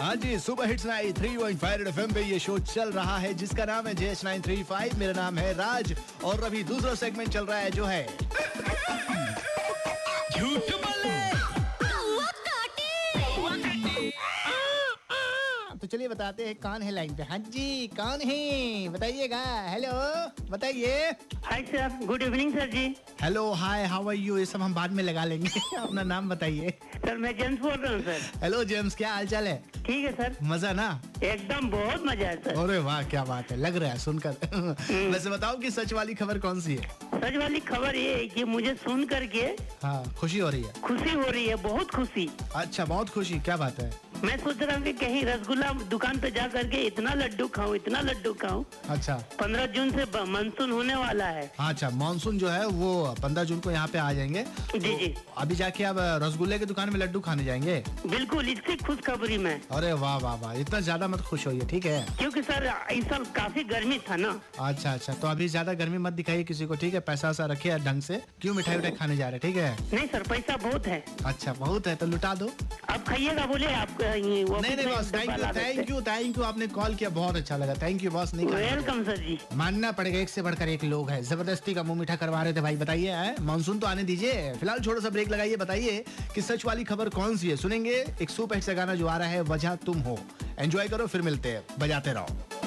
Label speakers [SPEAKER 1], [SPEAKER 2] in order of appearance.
[SPEAKER 1] हाँ जी सुबह हिट्स नाइन थ्री एफएम पे ये शो चल रहा है जिसका नाम है जेएस नाइन थ्री फाइव मेरा नाम है राज और अभी दूसरा सेगमेंट चल रहा है जो है
[SPEAKER 2] झूठ बोले
[SPEAKER 1] तो चलिए बताते हैं कौन है लाइन पे हाँ जी कौन है बताइएगा हेलो बताइए
[SPEAKER 3] hi sir good evening sir ji
[SPEAKER 1] hello hi how are you ये सब हम बाद में लगा लेंगे अपना नाम बताइए
[SPEAKER 3] सर मैं जेम्स बोल रहा हूँ सर
[SPEAKER 1] हेलो जेम्स क्या हाल चाल है
[SPEAKER 3] ठीक है सर
[SPEAKER 1] मजा ना
[SPEAKER 3] एकदम बहुत मजा है सर
[SPEAKER 1] अरे वाह क्या बात है लग रहा है सुनकर वैसे बताओ कि सच वाली खबर कौन सी है
[SPEAKER 3] सच वाली खबर ये है कि मुझे सुन करके
[SPEAKER 1] हाँ खुशी हो रही है
[SPEAKER 3] खुशी हो रही है बहुत खुशी
[SPEAKER 1] अच्छा बहुत खुशी क्या बात है
[SPEAKER 3] मैं सोच रहा हूँ कि कहीं रसगुल्ला दुकान पे जा करके इतना लड्डू खाऊं इतना लड्डू खाऊं
[SPEAKER 1] अच्छा
[SPEAKER 3] पंद्रह जून से ब- मानसून होने वाला है
[SPEAKER 1] हाँ अच्छा मानसून जो है वो पंद्रह जून को यहाँ पे आ जाएंगे
[SPEAKER 3] जी जी
[SPEAKER 1] अभी जाके आप अ, रसगुल्ले की दुकान में लड्डू खाने जाएंगे
[SPEAKER 3] बिल्कुल इसकी खुशखबरी में
[SPEAKER 1] अरे वाह वाह वाह इतना ज्यादा मत खुश होइए ठीक है
[SPEAKER 3] क्योंकि सर इस साल काफी गर्मी था ना
[SPEAKER 1] अच्छा अच्छा तो अभी ज्यादा गर्मी मत दिखाइए किसी को ठीक है पैसा वैसा रखिए ढंग से क्यों मिठाई उठाई खाने जा रहे हैं, ठीक है
[SPEAKER 3] नहीं सर पैसा बहुत है
[SPEAKER 1] अच्छा बहुत है तो लुटा दो
[SPEAKER 3] आप खाइएगा बोले आप अ, ये
[SPEAKER 1] नहीं नहीं boss thank you thank you thank you आपने कॉल किया बहुत अच्छा लगा थैंक यू बॉस नहीं करना
[SPEAKER 3] वेलकम सर जी
[SPEAKER 1] पड़ेगा। मानना पड़ेगा एक से बढ़कर एक लोग है जबरदस्ती का मुंह मीठा करवा रहे थे भाई बताइए हैं? मानसून तो आने दीजिए फिलहाल छोटा सा ब्रेक लगाइए बताइए कि सच वाली खबर कौन सी है सुनेंगे एक सुपर हिट सा गाना जो आ रहा है वजह तुम हो एंजॉय करो फिर मिलते हैं बजाते रहो